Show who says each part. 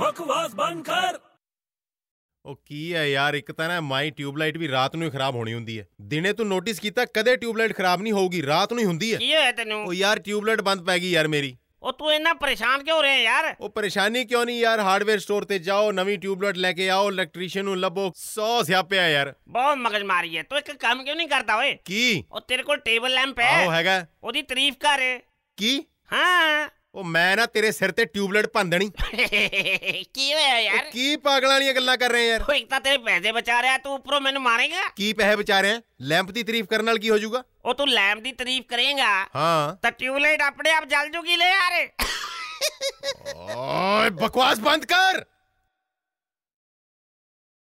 Speaker 1: ਬਕਵਾਸ ਬੰਦ ਕਰ
Speaker 2: ਉਹ ਕੀ ਹੈ ਯਾਰ ਇੱਕ ਤਾਂ ਨਾ ਮਾਈ ਟਿਊਬਲਾਈਟ ਵੀ ਰਾਤ ਨੂੰ ਹੀ ਖਰਾਬ ਹੋਣੀ ਹੁੰਦੀ ਹੈ ਦਿਨੇ ਤੂੰ ਨੋਟਿਸ ਕੀਤਾ ਕਦੇ ਟਿਊਬਲਾਈਟ ਖਰਾਬ ਨਹੀਂ ਹੋਊਗੀ ਰਾਤ ਨੂੰ ਹੀ ਹੁੰਦੀ ਹੈ
Speaker 3: ਕੀ ਹੋਇਆ
Speaker 2: ਉਹ
Speaker 3: ਤੈਨੂੰ
Speaker 2: ਯਾਰ ਟਿਊਬਲਾਈਟ ਬੰਦ ਪੈ ਗਈ ਯਾਰ ਮੇਰੀ
Speaker 3: ਉਹ ਤੂੰ ਇੰਨਾ ਪਰੇਸ਼ਾਨ ਕਿਉਂ ਹੋ ਰਿਹਾ ਯਾਰ
Speaker 2: ਉਹ ਪਰੇਸ਼ਾਨੀ ਕਿਉਂ ਨਹੀਂ ਯਾਰ ਹਾਰਡਵੇਅਰ ਸਟੋਰ ਤੇ ਜਾਓ ਨਵੀਂ ਟਿਊਬਲਾਈਟ ਲੈ ਕੇ ਆਓ ਇਲੈਕਟ੍ਰੀਸ਼ੀਅਨ ਨੂੰ ਲੱਭੋ ਸੌ ਸਿਆਪਿਆ ਯਾਰ
Speaker 3: ਬਹੁਤ ਮਗਜ ਮਾਰੀ ਹੈ ਤੂੰ ਇੱਕ ਕੰਮ ਕਿਉਂ ਨਹੀਂ ਕਰਦਾ ਓਏ
Speaker 2: ਕੀ
Speaker 3: ਉਹ ਤੇਰੇ ਕੋਲ ਟੇਬਲ ਲੈਂਪ
Speaker 2: ਆਓ
Speaker 3: ਹੈ
Speaker 2: ਹੈਗਾ
Speaker 3: ਉਹਦੀ ਤਾਰੀਫ ਕਰ
Speaker 2: ਕੀ
Speaker 3: ਹਾਂ
Speaker 2: ਉਹ ਮੈਂ ਨਾ ਤੇਰੇ ਸਿਰ ਤੇ ਟਿਊਬਲਾਈਟ ਭੰਦਣੀ
Speaker 3: ਕੀ ਹੋਇਆ ਯਾਰ
Speaker 2: ਕੀ ਪਾਗਲਾਂ ਵਾਲੀਆਂ ਗੱਲਾਂ ਕਰ ਰਹੇ ਯਾਰ
Speaker 3: ਉਹ ਇੱਕ ਤਾਂ ਤੇਰੇ ਪੈਸੇ ਬਚਾ ਰਿਹਾ ਤੂੰ ਉੱਪਰੋਂ ਮੈਨੂੰ ਮਾਰੇਗਾ
Speaker 2: ਕੀ ਪਹਿ ਵਿਚਾਰਿਆ ਲੈਂਪ ਦੀ ਤਾਰੀਫ ਕਰਨ ਨਾਲ ਕੀ ਹੋ ਜਾਊਗਾ
Speaker 3: ਉਹ ਤੂੰ ਲੈਂਪ ਦੀ ਤਾਰੀਫ ਕਰੇਗਾ
Speaker 2: ਹਾਂ
Speaker 3: ਤਾਂ ਟਿਊਬਲਾਈਟ ਆਪਣੇ ਆਪ ਜਲ ਜੂਗੀ ਲੈ ਯਾਰ
Speaker 2: ਓਏ ਬਕਵਾਸ ਬੰਦ ਕਰ